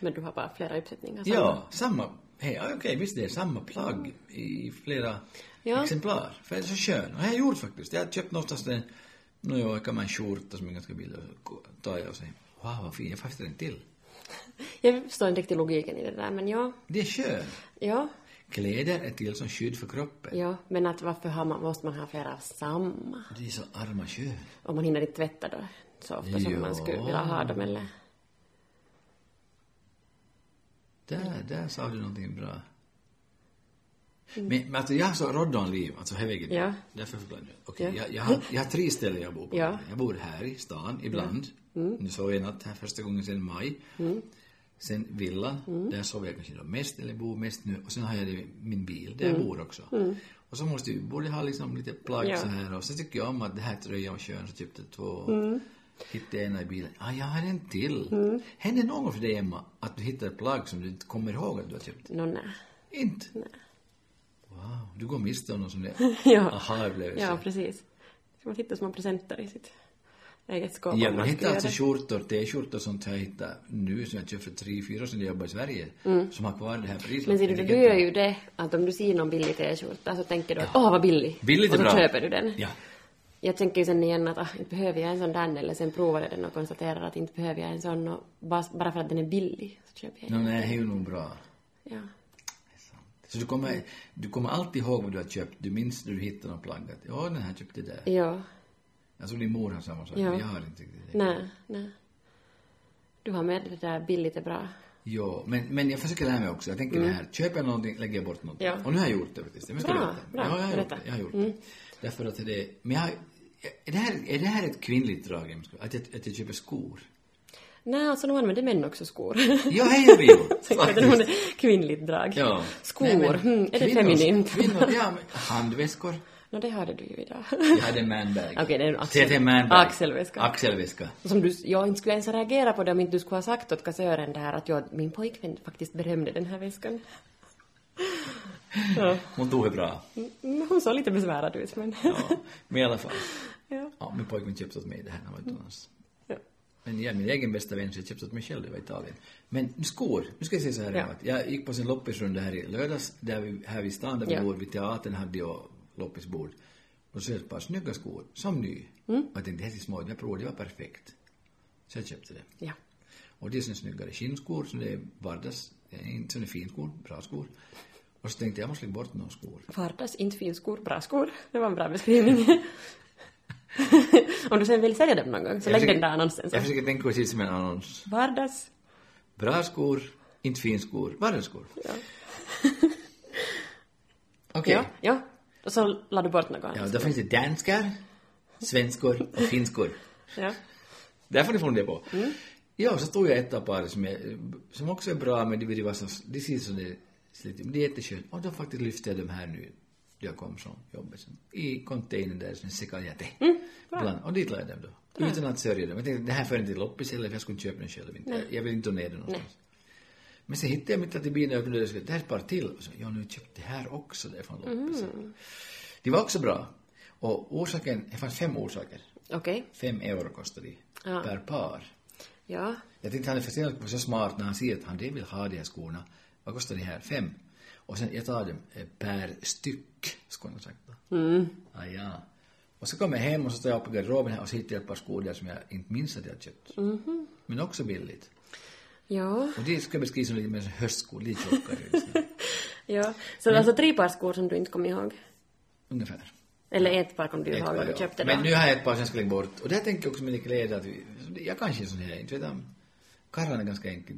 Speaker 2: Men du har bara flera uppsättningar. samma.
Speaker 1: Ja, samma. Hej, ja, okej, visst det är samma plagg i flera
Speaker 2: Ja.
Speaker 1: exemplar. För det är så skön. Och jag har gjort faktiskt. Jag har köpt någonstans en, nu jag kan man en skjorta som är ganska billig och tar jag och säger, wow vad fin, jag får faktiskt en till.
Speaker 2: Jag förstår inte riktigt logiken i det där, men ja.
Speaker 1: Det är skön.
Speaker 2: Ja.
Speaker 1: Kläder är till som skydd för kroppen.
Speaker 2: Ja, men att varför har man, måste man ha flera av samma?
Speaker 1: Det är så arma skön.
Speaker 2: Om man hinner inte tvätta då så ofta som
Speaker 1: Ja.
Speaker 2: man skulle vilja ha dem eller?
Speaker 1: Där, där sa du någonting bra. Men, men alltså jag har så Roddanliv, alltså här vägen.
Speaker 2: Mm. Ja.
Speaker 1: Därför förklarar jag. Okej,
Speaker 2: Ja.
Speaker 1: jag, jag, har, jag har tre ställen jag bor på.
Speaker 2: Ja. Mm.
Speaker 1: Jag bor här i stan ibland. Nu sov jag i natt här första gången sedan maj. Sen villan,
Speaker 2: Mm.
Speaker 1: där sover jag kanske då mest, eller bor mest nu. Och sen har jag det, min bil, där jag bor också. Och så måste jag borde ha liksom lite plagg
Speaker 2: Mm. Ja.
Speaker 1: så här. Och sen tycker jag om att det här tröjan var skön, så köpte jag två.
Speaker 2: Mm.
Speaker 1: Hittade ena i bilen. Ah, jag har en till. Händer någon gång för dig, Emma, att du hittar ett plagg som du inte kommer ihåg att du har köpt?
Speaker 2: Nå, nej.
Speaker 1: Inte? Wow, du går miste om någon sån där
Speaker 2: Ja.
Speaker 1: aha-upplevelse.
Speaker 2: Ja, precis. Ska man hitta små presenter i sitt eget skåp? om
Speaker 1: Ja,
Speaker 2: man
Speaker 1: man hittar
Speaker 2: skulle
Speaker 1: alltså
Speaker 2: göra
Speaker 1: skjortor, t-skjortor och sånt har jag hittat nu som jag köpte för tre, fyra år sedan när jag jobbade i Sverige. Som har kvar det här priset.
Speaker 2: det. Mm. Men ser du, du gör ju det att om du ser någon billig t-skjorta så tänker du att åh vad billig.
Speaker 1: Billigt är
Speaker 2: och så
Speaker 1: bra.
Speaker 2: köper du den.
Speaker 1: Ja.
Speaker 2: Jag tänker ju sen igen att ah, inte behöver jag en sån där eller sen provar jag den och konstaterar att inte behöver jag en sån och bara, bara för att den är billig så köper jag
Speaker 1: No,
Speaker 2: den.
Speaker 1: nej, det är ju nog bra.
Speaker 2: Ja.
Speaker 1: Så du kommer, du kommer alltid ihåg vad du har köpt. Du minns när du hittar något plagg. att, Ja, den här köpte jag där.
Speaker 2: Ja.
Speaker 1: Jag tror din mor har samma sak.
Speaker 2: Ja.
Speaker 1: Men jag har inte riktigt det.
Speaker 2: Nej, nej. Du har med det där billigt är bra.
Speaker 1: Ja, men, men jag försöker lära mig också. Jag tänker det här, köper jag någonting, lägger jag bort någonting.
Speaker 2: Mm. Ja.
Speaker 1: Och nu har jag gjort det faktiskt. Men ska
Speaker 2: Bra,
Speaker 1: berätta.
Speaker 2: bra.
Speaker 1: Ja, jag har gjort
Speaker 2: Berätta. Mm.
Speaker 1: det. Jag har gjort det. Därför att det men jag, har- är, det här, är det här ett kvinnligt drag, Emma? att jag, att jag köper skor?
Speaker 2: Nej, alltså nu använder män också skor.
Speaker 1: Ja, hej och bio!
Speaker 2: Jag vet inte om det är kvinnligt drag.
Speaker 1: Ja.
Speaker 2: Skor,
Speaker 1: Nej, men
Speaker 2: hmm, är det
Speaker 1: kvinnor-
Speaker 2: feminint?
Speaker 1: Kvinnor, ja, men handväskor.
Speaker 2: Nå, det hade du ju idag.
Speaker 1: Jag hade en manbag.
Speaker 2: Okej, det är en axel-
Speaker 1: Säg att det är en manbag.
Speaker 2: axelväska.
Speaker 1: Axelväska.
Speaker 2: Som du, jag inte skulle ens reagera på det om inte du skulle ha sagt åt kassören där att jag, min pojkvän faktiskt berömde den här väskan. Ja.
Speaker 1: Hon tog det bra.
Speaker 2: Mm, Hon såg lite besvärad ut, men...
Speaker 1: Ja, men i alla fall.
Speaker 2: Ja.
Speaker 1: Ja, min pojkvän köpte åt mig det här när han var utomlands.
Speaker 2: Ja.
Speaker 1: Men jag är min egen bästa vän så jag köpte åt mig själv, det var i Italien. Men nu skor, nu ska jag säga så här
Speaker 2: Ja.
Speaker 1: att jag gick på sin loppisrunda här i lördags, där vi, här vid stan där vi
Speaker 2: Ja.
Speaker 1: bor, vid teatern hade jag loppisbord. Och så ett par snygga skor, som ny.
Speaker 2: Mm.
Speaker 1: Och jag tänkte, det här är små, det här provade, det var perfekt. Så jag köpte det.
Speaker 2: Ja.
Speaker 1: Och det är såna snyggare skinnskor, så det är vardags, det är inte såna finskor, bra skor. Och så tänkte jag, jag måste lägga bort några skor.
Speaker 2: Vardags, inte fin skor, bra skor. Det var en bra beskrivning. om du sen vill sälja dem någon gång, så
Speaker 1: Jag
Speaker 2: lägg
Speaker 1: försöker-
Speaker 2: den där annonsen. så.
Speaker 1: Jag försöker tänka precis som en annons.
Speaker 2: Vardags.
Speaker 1: Bra skor, inte finskor, vardagsskor.
Speaker 2: Ja.
Speaker 1: Okej.
Speaker 2: Ja, ja. Och så la du bort något annat.
Speaker 1: Ja, då finns det danskar, svenskor och finskor.
Speaker 2: Ja.
Speaker 1: Där får ni fundera på. Ja, så tog jag ett av par som, är, som också är bra, men det vill ju vara så, det ser ut som det är slitigt, men det är jätteskönt. Och då faktiskt lyfte jag de här nu, då jag kom från jobbet sen, i containern där som Sekajate. Mm, Bland, och dit la jag dem då. Utan att sörja dem. Jag tänkte, det här för inte till loppis heller, för jag skulle inte köpa den själv. Inte. Jag- Jag vill inte ta ner den någonstans. Men sen hittade jag mitt att i bilen öppnade dörren och sa, det här är ett par till. Och så, ja, nu köpte det här också där från loppisen. Det var också bra. Och orsaken, det fanns fem orsaker.
Speaker 2: Okej.
Speaker 1: Fem euro kostar de
Speaker 2: Ja.
Speaker 1: per par.
Speaker 2: Ja.
Speaker 1: Jag tänkte han är försenad på så smart när han säger att han det vill ha de här skorna. Vad kostar de här? Fem. Och sen jag tar dem eh, per styck, skulle jag ha sagt då. Mm. Ah, ja. Och så kommer jag hem och så tar jag upp i garderoben här och så hittar jag ett par skor där som jag inte minns att jag har köpt. Men också billigt.
Speaker 2: Ja.
Speaker 1: Och det ska jag beskriva som lite mer som höstskor, lite tjockare. liksom. just nu.
Speaker 2: ja. Så
Speaker 1: Mm.
Speaker 2: det var alltså tre par skor som du inte kom ihåg?
Speaker 1: Ungefär.
Speaker 2: Eller ett par kom du
Speaker 1: Ett
Speaker 2: ihåg
Speaker 1: par,
Speaker 2: och du
Speaker 1: ja.
Speaker 2: köpte
Speaker 1: Men
Speaker 2: då?
Speaker 1: nu har jag ett par som jag ska lägga bort. Och där tänker jag också med lite kläder att vi, jag kanske är sån här, inte vet jag. Karlarna är ganska enkel.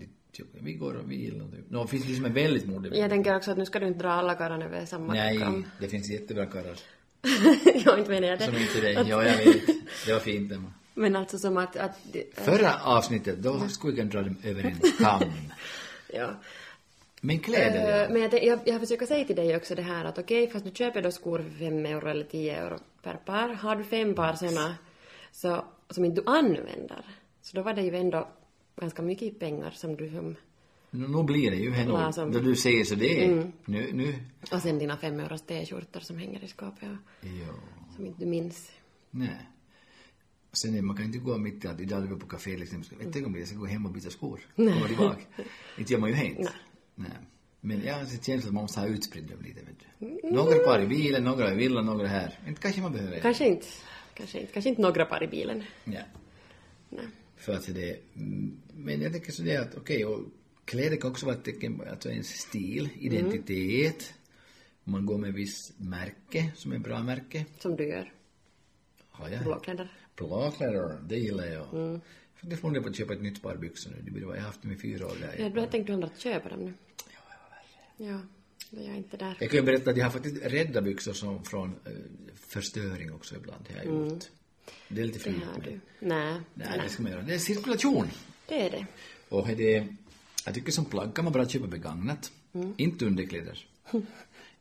Speaker 1: Vi går och vi gillar det. Nå, finns det ju som är väldigt modig.
Speaker 2: Jag tänker också att nu ska du inte dra alla karlarna över samma kam.
Speaker 1: Nej, det finns jättebra karlar.
Speaker 2: ja, inte menar jag det.
Speaker 1: Som inte dig. Ja, jag vet. Det var fint Emma.
Speaker 2: Men alltså som att... att
Speaker 1: Förra avsnittet, då skulle vi kunna dra dem över en kam.
Speaker 2: ja.
Speaker 1: Men kläder,
Speaker 2: Eh,
Speaker 1: ja.
Speaker 2: Men jag, tän- jag, jag försöker säga till dig också det här att okej, fast nu köper jag då skor för 5 euro eller 10 euro per par. Har du fem par såna så, som inte du använder, så då var det ju ändå ganska mycket i pengar som du hum.
Speaker 1: Nu, nu blir det ju
Speaker 2: Ja,
Speaker 1: henne
Speaker 2: som- Mm.
Speaker 1: då du säger så det är. Nu, nu.
Speaker 2: Och sen dina fem euros t-skjortor som hänger i skåpet och
Speaker 1: Ja.
Speaker 2: som inte du minns.
Speaker 1: Nej. Sen är- man kan inte gå mitt i allt. Idag är vi på café liksom. Ska- Tänk om jag ska gå hem och byta skor. Komma tillbaka. inte gör man ju helt. Nej. Men jag har en känsla att man måste ha utspritt dem lite. Vet du. Några kvar i bilen, några i villan, några här. Inte kanske man behöver.
Speaker 2: Kanske inte. Kanske inte. Kanske inte några par i bilen.
Speaker 1: Ja. För att det, mm, men jag tänker sådär att okej, och kläder kan också vara ett tecken på alltså ens stil, identitet. Man går med viss märke som är bra märke.
Speaker 2: Som du gör.
Speaker 1: Har jag.
Speaker 2: Blåkläder.
Speaker 1: Blåkläder, det gillar jag. Mm. Faktiskt funderar jag på att köpa ett nytt par byxor nu. Det blir bara, jag har haft dem i fyra år. Där.
Speaker 2: Jag tänkte du ändå att köpa dem nu. Ja, men jag är inte där.
Speaker 1: Jag kan ju berätta att jag har faktiskt rädda byxor som från eh, förstöring också ibland. Det har jag gjort. Det är lite
Speaker 2: Mm. Det
Speaker 1: fult.
Speaker 2: har
Speaker 1: men-
Speaker 2: du. Nej,
Speaker 1: Mm. Nej,
Speaker 2: nej.
Speaker 1: det ska man göra. Det är cirkulation.
Speaker 2: Det är det.
Speaker 1: Och är det, jag tycker som plagg kan man bara köpa begagnat.
Speaker 2: Mm.
Speaker 1: Inte underkläder.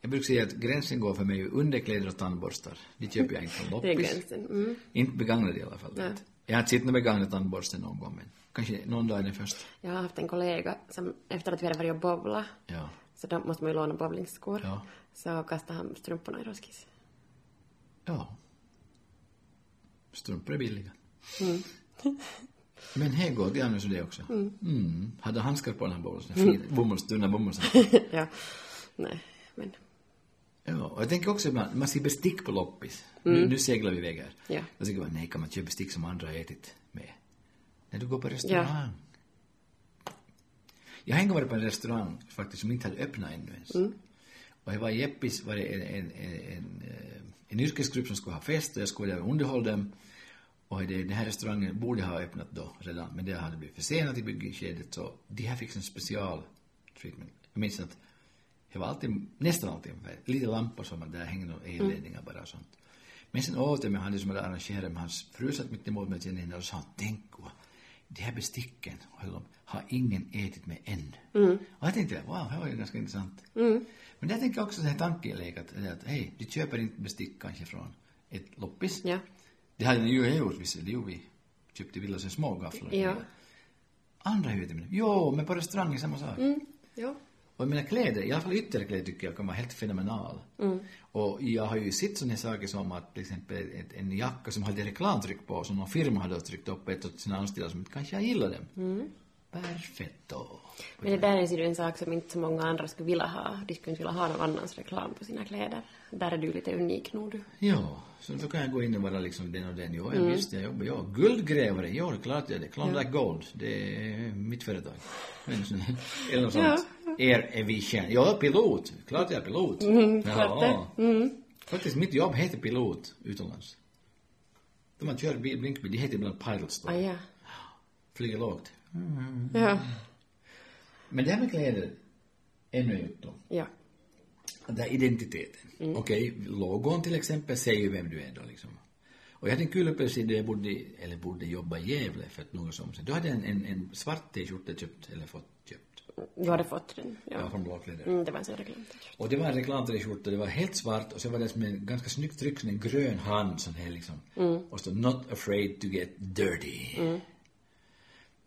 Speaker 1: Jag brukar säga att gränsen går för mig underkläder och tandborstar. Det köper jag inte från
Speaker 2: Det är
Speaker 1: loppis.
Speaker 2: gränsen. Mm.
Speaker 1: Inte begagnade i alla fall. inte. Jag har inte sett någon begagnad tandborste någon gång, men kanske någon dag är den första.
Speaker 2: Jag har haft en kollega som efter att vi hade varit och bowla,
Speaker 1: Ja.
Speaker 2: så då måste man ju låna bowlingskor,
Speaker 1: Ja.
Speaker 2: så kastade han strumporna i roskis.
Speaker 1: Ja. Strumpor är billiga. Men här går det annars det också. Mm. Hade handskar på den här bomullsen. Fin- Bomulls, tunna bomullshandskar.
Speaker 2: ja. Nej, men
Speaker 1: Ja, och jag tänker också ibland, man ser bestick på loppis. Nu, nu seglar vi iväg här.
Speaker 2: Ja.
Speaker 1: Jag tänker bara, nej, kan man köpa bestick som andra har ätit med? När du går på restaurang. Jag har en gång varit på en restaurang faktiskt som inte hade öppnat ännu ens. Och jag var i Jeppis, var det en, en, en, en, eh, en yrkesgrupp som skulle ha fest och jag skulle där och underhålla dem. Och det, den här restaurangen borde ha öppnat då redan, men det hade blivit försenat i byggskedet så de här fick en special treatment. Jag minns att det var alltid, nästan alltid ungefär, lite lampor som var där hängde och elledningar bara och sånt. Men sen åt jag med han som hade arrangerat med hans fru satt mitt emot mig och henne och sa tänk vad, de här besticken höll de, har ingen ätit med än. Och jag tänkte, wow, det var ju ganska intressant. Men där tänker jag också den här tankeleken att, att hej, du köper inte bestick kanske från ett loppis.
Speaker 2: Ja.
Speaker 1: Det hade ni ju gjort visserligen, jo vi Typ, köpte villosen små gafflar.
Speaker 2: Ja.
Speaker 1: Andra huvudämnen, jo men på restaurangen samma sak.
Speaker 2: ja.
Speaker 1: Och mina kläder, i alla fall ytterkläder tycker jag kan vara helt fenomenal. Och jag har ju sett sådana saker som att till exempel ett, en jacka som hade reklamtryck på, som någon firma hade tryckt upp ett åt sina anställda som inte kanske jag gillar dem. Perfetto.
Speaker 2: Men det där är ju en sak som inte så många andra skulle vilja ha. De skulle inte vilja ha någon annans reklam på sina kläder. Där är du lite unik nog du.
Speaker 1: Ja, så då kan jag gå in och vara liksom den och den. Jo, jag visst, jag jobbar. Ja, guldgrävare, ja, det är klart jag är det. Klondike Gold, det är mitt företag. Men så- Eller något sånt. Air Evision. Ja, pilot. Klart jag är pilot. Mm,
Speaker 2: klart det.
Speaker 1: Faktiskt, mitt jobb heter pilot utomlands. När man kör bil, blinkbil, det heter ibland pilot
Speaker 2: Ah,
Speaker 1: store.
Speaker 2: ja.
Speaker 1: Flyger lågt.
Speaker 2: Ja.
Speaker 1: Men det här med kläder, ännu inte då.
Speaker 2: ja.
Speaker 1: Den där identiteten. Okej, logon till exempel säger ju vem du är då liksom. Och jag hade en kul upplevelse då jag bodde, eller bodde jobba i Gävle för att några som sedan. Då hade jag en, en, en svart t-skjorta köpt, eller fått köpt.
Speaker 2: Du hade fått den.
Speaker 1: Ja,
Speaker 2: Ja.
Speaker 1: från Blåkläder.
Speaker 2: Mm, det var en sån reklam.
Speaker 1: Och det var en reklam-t-skjorta, det var helt svart och sen var det som en ganska snyggt tryck, en grön hand sån här liksom. Och så not afraid to get dirty.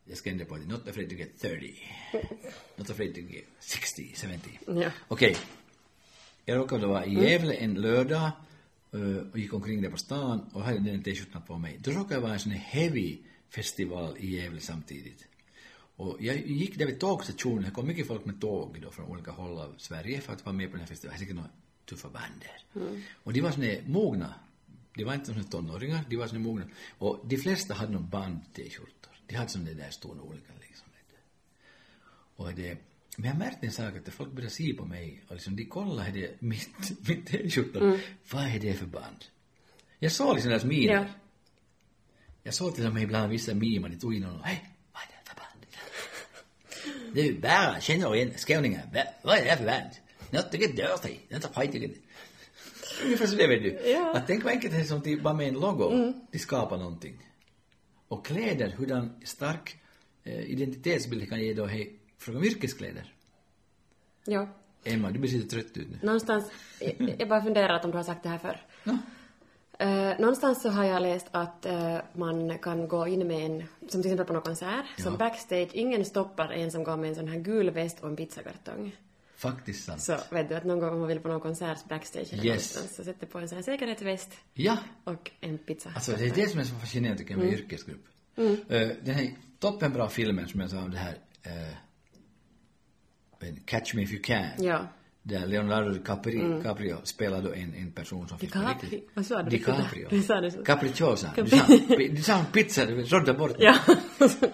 Speaker 1: Jag ska ändra på det, not afraid to get 30. not afraid to get 60, 70.
Speaker 2: Ja.
Speaker 1: Okej. Jag råkade vara i Gävle en lördag eh, och gick omkring där på stan och hade den t-shirten på mig. Då råkade jag vara en sån här heavy festival i Gävle samtidigt. Och jag gick där vid tågstationen, det kom mycket folk med tåg då från olika håll av Sverige för att vara med på den här festivalen. Det var säkert några tuffa band där. Och de var såna här mogna. De var inte såna här tonåringar, de var såna här mogna. Och de flesta hade någon band-t-skjortor. De hade såna där stora olika liksom. Lite. Och det, men jag märkte en sak att folk började se på mig och liksom de kollade det, mitt, mitt t-skjorta.
Speaker 2: Mm.
Speaker 1: Vad är det för band? Jag såg liksom deras miner.
Speaker 2: Ja.
Speaker 1: Jag såg till och med ibland vissa mimer, de tog in och hej, vad är det för band? Det är ju bara känner och igen skåningar. Va- Vad är det för band? Not to get dirty, not afraid to get... Ungefär så det vet du.
Speaker 2: Ja. Mm.
Speaker 1: Att tänk vad enkelt det är som till- bara med en logo, de skapar någonting. Och kläder, hurdan stark eh, identitetsbild det kan ge då, hej, fråga om yrkeskläder.
Speaker 2: Ja.
Speaker 1: Emma, du blir lite trött ut nu.
Speaker 2: Någonstans, jag, jag bara funderar att om du har sagt det här förr.
Speaker 1: Nå,
Speaker 2: Eh, någonstans så har jag läst att eh, man kan gå in med en, som till exempel på någon konsert, som backstage, ingen stoppar en som går med en sån här gul väst och en pizzakartong.
Speaker 1: Faktiskt sant.
Speaker 2: Så vet du att någon gång om man vill på någon konsert backstage eller
Speaker 1: Yes.
Speaker 2: någonstans, så sätter på en sån här säkerhetsväst
Speaker 1: Ja,
Speaker 2: och en pizza.
Speaker 1: Alltså det är det som är så fascinerande tycker jag
Speaker 2: Mm.
Speaker 1: med yrkesgrupp. Eh, den här toppenbra filmen som jag sa om det här eh, men Catch Me If You Can.
Speaker 2: Ja. Mm.
Speaker 1: Där Leonardo DiCaprio, DiCaprio spelar då en, en person som finns på
Speaker 2: DiCaprio?
Speaker 1: riktigt.
Speaker 2: Vad sa du?
Speaker 1: DiCaprio.
Speaker 2: Du sa det så.
Speaker 1: Capricciosa. Du sa, du sa en pizza, du rodda bort
Speaker 2: Ja.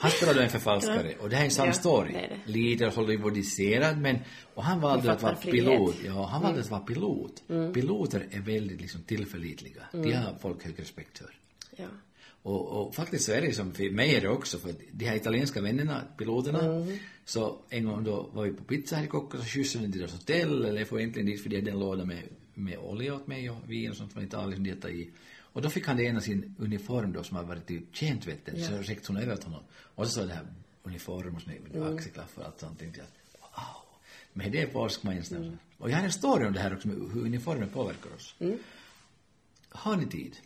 Speaker 1: Han spelar då en förfalskare. Och det här är en sann
Speaker 2: Ja,
Speaker 1: story.
Speaker 2: det är det.
Speaker 1: Lite Hollywoodiserad men, och han valde
Speaker 2: Vi
Speaker 1: att vara
Speaker 2: fattar frihet.
Speaker 1: pilot. Ja, han
Speaker 2: Mm.
Speaker 1: valde att vara pilot. Piloter är väldigt liksom tillförlitliga. De
Speaker 2: Mm.
Speaker 1: har folk hög respekt för.
Speaker 2: Ja.
Speaker 1: Och, och faktiskt så är det som, för mig är det också, för de här italienska vännerna, piloterna, så en gång då var vi på pizza här i Kocka, så skjutsade de till deras hotell, eller jag får egentligen dit för de hade en låda med, med olja åt mig och vin och sånt från Italien som de hade tagit i. Och då fick han det ena sin uniform då som hade varit typ i tjänstvätten, så räckte hon över åt honom. Och så sa det här uniform och sån här axelklaffar och allt sånt, tänkte jag, wow. Men det är påskmajens mm. Och jag har en story om det här också, med hur uniformen påverkar oss. Har ni tid?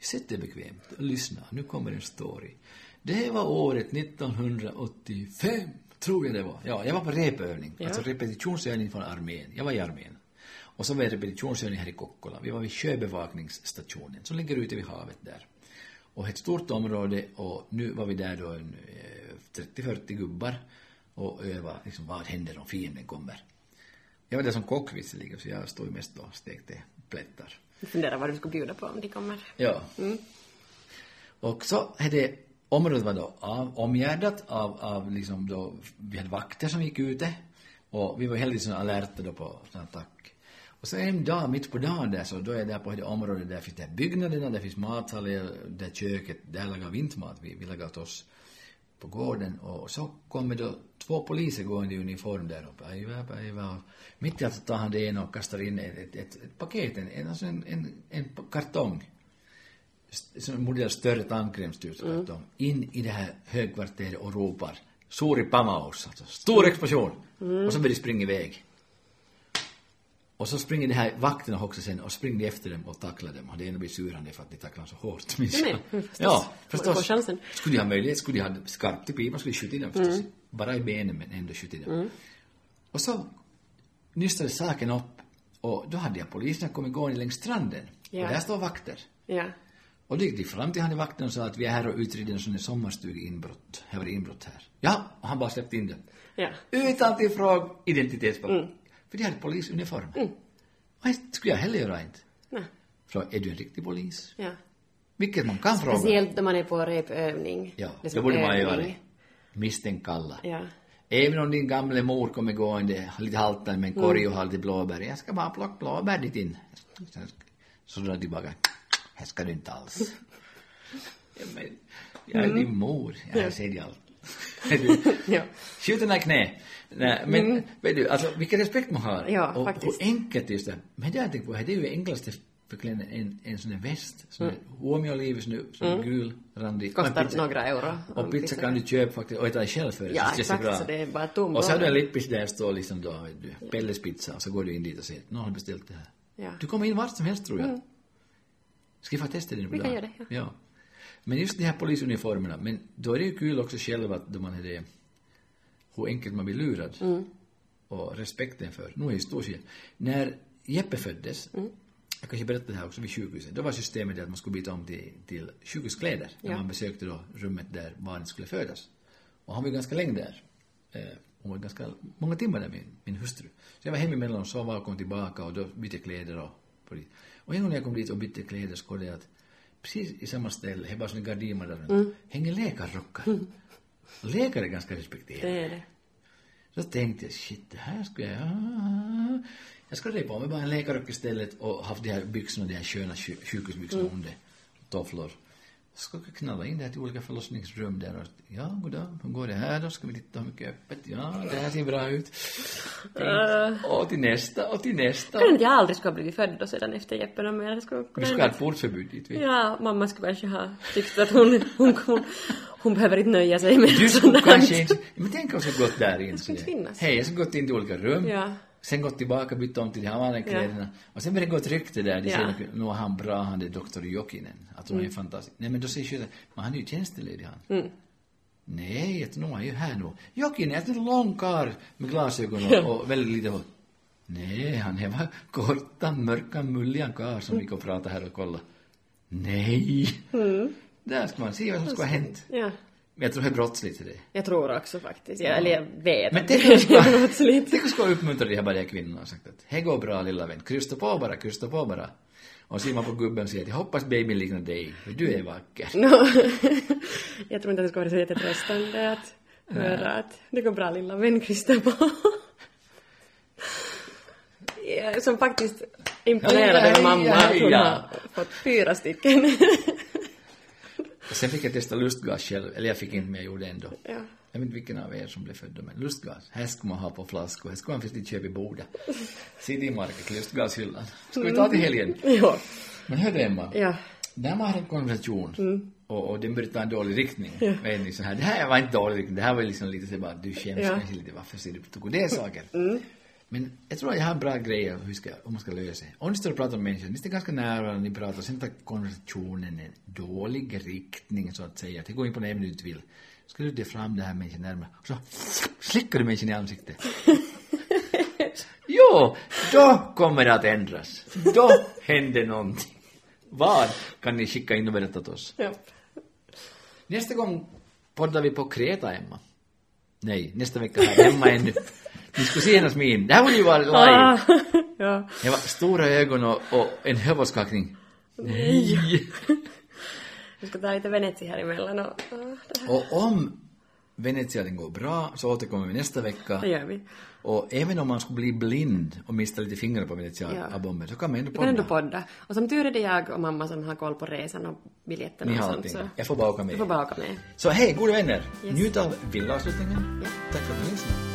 Speaker 1: Sätt er bekvämt och lyssna. Nu kommer en story. Det var året 1985, tror jag det var. Ja, jag var på repövning, alltså repetitionsövning från armén. Jag var i armén. Och så var det repetitionsövning här i Kokkola. Vi var vid sjöbevakningsstationen som ligger ute vid havet där. Och ett stort område och nu var vi där då en eh, 30-40 gubbar och övade liksom, vad händer om fienden kommer. Jag var där som kock visserligen, så jag stod ju mest och stekte plättar.
Speaker 2: Jag funderar vad du ska bjuda på om de kommer.
Speaker 1: Ja. Och så hade området var då av, omgärdat av, av liksom då, vi hade vakter som gick ute och vi var hela tiden alerta då på sån attack. Och så en dag, mitt på dagen där, så då är jag där på det området där finns det här byggnaderna, där finns mathallen, där köket, där lagar vi inte mat, vi, vi lagar åt oss på gården och så kommer då två poliser gående i uniform där uppe. Ajva, ajva. Mitt i allt så tar han det ena och kastar in ett, ett, ett, ett paket, en, en, alltså en, en, en kartong som modell större tandkrämstillskott mm. in i det här högkvarteret och ropar Suuri pamaus, alltså stor
Speaker 2: Mm.
Speaker 1: explosion. Och så börjar de springa iväg. Och så springer de här vakterna också sen och springer efter dem och tacklar dem. Och det ena blir surande för att de tacklar dem så hårt. minns
Speaker 2: Nej,
Speaker 1: jag.
Speaker 2: men förstås.
Speaker 1: Ja,
Speaker 2: Man
Speaker 1: förstås.
Speaker 2: får chansen. Mm.
Speaker 1: Skulle de ha möjlighet, skulle de ha skarpt i pipan, skulle de skjuta in dem förstås. Bara i benen men ändå skjuta in dem. Och så nystade saken upp och då hade jag poliserna kommit gående längs stranden.
Speaker 2: Ja.
Speaker 1: Och där står vakter.
Speaker 2: Ja.
Speaker 1: Och då gick de fram till han i vakten och sa att vi är här och utreder en sån här sommarstugeinbrott. Här var det inbrott här. Ja, och han bara släppte in den.
Speaker 2: Ja.
Speaker 1: Utan till fråga identitetspapper.
Speaker 2: Mm.
Speaker 1: För de hade polisuniformer. Mm. Vad skulle jag heller göra inte?
Speaker 2: Nej.
Speaker 1: Fråga, är du en riktig polis?
Speaker 2: Ja.
Speaker 1: Vilket man kan fråga.
Speaker 2: Speciellt när man är på repövning.
Speaker 1: Ja,
Speaker 2: Det är som
Speaker 1: då borde man göra det.
Speaker 2: övning.
Speaker 1: Misstänk alla.
Speaker 2: Ja.
Speaker 1: Även om din gamle mor kommer gående lite haltande med en korg och har lite blåbär. Jag ska bara plocka blåbär dit in. Sen sk- Så drar jag tillbaka. Här ska du inte alls. Ja, men, jag är din mor. Ja, Jag ser dig allt.
Speaker 2: Ja.
Speaker 1: Skjut den här knä. Nej, men vet du, alltså vilken respekt man har.
Speaker 2: Ja,
Speaker 1: och
Speaker 2: faktiskt.
Speaker 1: hur enkelt just det är. Men det har jag tänkt på, det är ju enklaste förklädnaden, en, en sån där väst. Sån mm. Huomiolivis nu, som är gul, randig.
Speaker 2: Kostar
Speaker 1: Och en pizza-
Speaker 2: några euro. liksom.
Speaker 1: Och pizza kan du köpa faktiskt och äta själv för det.
Speaker 2: Ja,
Speaker 1: så känns
Speaker 2: exakt,
Speaker 1: bra.
Speaker 2: så det är bara tom
Speaker 1: Och så har du
Speaker 2: vara.
Speaker 1: en lippis där står liksom då, vet du, Pelles pizza. Och så går du in dit och säger, någon har beställt det här.
Speaker 2: Ja. Mm.
Speaker 1: Du kommer in vart som helst tror jag. Ska vi få testa det nu på
Speaker 2: Vi kan
Speaker 1: dagen?
Speaker 2: göra det, ja.
Speaker 1: Men just de här polisuniformerna, men då är det ju kul också själv att då man är det, hur enkelt man blir lurad.
Speaker 2: Mm.
Speaker 1: Och respekten för, nu är det stor skillnad. När Jeppe föddes,
Speaker 2: Mm.
Speaker 1: jag kanske berättade det här också vid sjukhuset, då var systemet det att man skulle byta om till, till sjukhuskläder när
Speaker 2: Ja.
Speaker 1: man besökte då rummet där barnet skulle födas. Och han var ju ganska länge där. Eh, Hon var ganska många timmar där, min, min hustru. Så jag var hemma emellan och sov och kom tillbaka och då bytte kläder och på dit. Och en gång när jag kom dit och bytte kläder så kollade jag att precis i samma ställe, det är bara såna gardiner där runt,
Speaker 2: Mm.
Speaker 1: hänger läkarrockar. Läkare är ganska respekterade.
Speaker 2: Det är det.
Speaker 1: Så tänkte jag, shit, det här ska jag... ah. Jag ska repa av mig bara en läkarrock istället och haft de här byxorna, de här sköna sju- sjukhusbyxorna
Speaker 2: Mm.
Speaker 1: under, tofflor. Så ska jag knalla in där till olika förlossningsrum där och ja, goddag, hur går det här då? Ska vi titta hur mycket är öppet? Ja, det här ser bra ut.
Speaker 2: Ah.
Speaker 1: Och till nästa, och till nästa.
Speaker 2: Jag att jag aldrig skulle ha blivit född och sedan efter Jeppe någon mer. Jag skulle
Speaker 1: Vi ska ha ett portförbud dit, vet du.
Speaker 2: Ja, mamma skulle kanske ha tyckt att hon, hon, hon, hon behöver inte nöja sig med
Speaker 1: Du
Speaker 2: sånt
Speaker 1: skulle
Speaker 2: här.
Speaker 1: kanske inte... Men tänk om jag skulle gått där in.
Speaker 2: skulle inte
Speaker 1: sådär.
Speaker 2: finnas.
Speaker 1: Hej, jag skulle gått in till olika rum.
Speaker 2: Ja.
Speaker 1: Sen gått tillbaka, bytt om till de här vanliga kläderna. Och sen började det gå ett rykte där. De
Speaker 2: Ja.
Speaker 1: säger att nu är han bra, han är doktor Jokinen. Att hon är fantastisk. Nej men då säger Sjöstedt, men han är ju tjänsteledig han. Nej, att nu är han ju här nu. Jokinen, att det är en lång karl med glasögon och, och väldigt lite hår. Nej, han är bara kortan, mörkan, mulligan karl som vi kan prata här och kolla. Nej! Där ska man se vad som ska ha hänt.
Speaker 2: Ja.
Speaker 1: Men jag tror det är brottsligt det.
Speaker 2: Jag tror också faktiskt. Jag, eller jag vet
Speaker 1: Men
Speaker 2: att
Speaker 1: tänk om vi ska,
Speaker 2: brottsligt.
Speaker 1: tänk om vi ska uppmuntra de här bara kvinnorna och sagt att det går bra lilla vän, krysta på bara, krysta på bara. Och ser man på gubben och säger att jag hoppas babyn liknar dig, för du är vacker.
Speaker 2: No. jag tror inte att det skulle vara så jättetröstande att höra att det går bra lilla vän Christer på. Ja, Som faktiskt imponerade
Speaker 1: Aj, aj,
Speaker 2: över mamma att
Speaker 1: aj,
Speaker 2: hon har fått fyra stycken.
Speaker 1: Och sen fick jag testa lustgas själv, eller jag fick inte men jag gjorde ändå.
Speaker 2: ja.
Speaker 1: Jag vet inte vilken av er som blev född då, men lustgas, här ska man ha på flaskor, här ska man faktiskt köpa i Boda. Citymarket, lustgashyllan. Ska vi ta till helgen?
Speaker 2: Jo.
Speaker 1: Men hörru Emma,
Speaker 2: Ja.
Speaker 1: när man har en konversation och, och den börjar ta en dålig riktning, vet ni, så här, det här var inte dålig riktning, det här var liksom lite så bara, du skäms
Speaker 2: Ja.
Speaker 1: kanske lite, varför ser du på tog det saker? Men jag tror att jag har en bra grej om hur ska, om man ska lösa det. Om ni står och pratar med människor, ni står ganska nära varandra, ni pratar, sen tar konversationen en dålig riktning så att säga, det går in på det ämne du inte vill. Så ska du dra fram den här människan närmare och så slickar du människan i ansiktet. Jo, då kommer det att ändras. Då händer någonting. Vad kan ni skicka in och berätta åt oss?
Speaker 2: Ja.
Speaker 1: Nästa gång poddar vi på Kreta, Emma. Nej, nästa vecka här hemma ännu. Ni skulle se hennes min. Det här borde ju vara live.
Speaker 2: Ah. ja.
Speaker 1: Det var stora ögon och, och en huvudskakning. Nej!
Speaker 2: Vi ska ta lite Venezia här emellan och... ah, och det här.
Speaker 1: Och om Venezia den går bra så återkommer vi nästa vecka.
Speaker 2: Det gör vi.
Speaker 1: Och även om man skulle bli blind och mista lite fingrar på Venezia
Speaker 2: Ja.
Speaker 1: av bomben så kan man ändå
Speaker 2: Vi kan ändå
Speaker 1: podda.
Speaker 2: podda. Och som tur är det jag och mamma som har koll på resan och biljetterna
Speaker 1: Ni
Speaker 2: och
Speaker 1: har
Speaker 2: sånt
Speaker 1: allting.
Speaker 2: så...
Speaker 1: Jag får bara åka med.
Speaker 2: Du får bara åka med.
Speaker 1: Så hej, goda vänner!
Speaker 2: Yes.
Speaker 1: Njut av villaavslutningen.
Speaker 2: Ja.
Speaker 1: Tack för att ni lyssnade.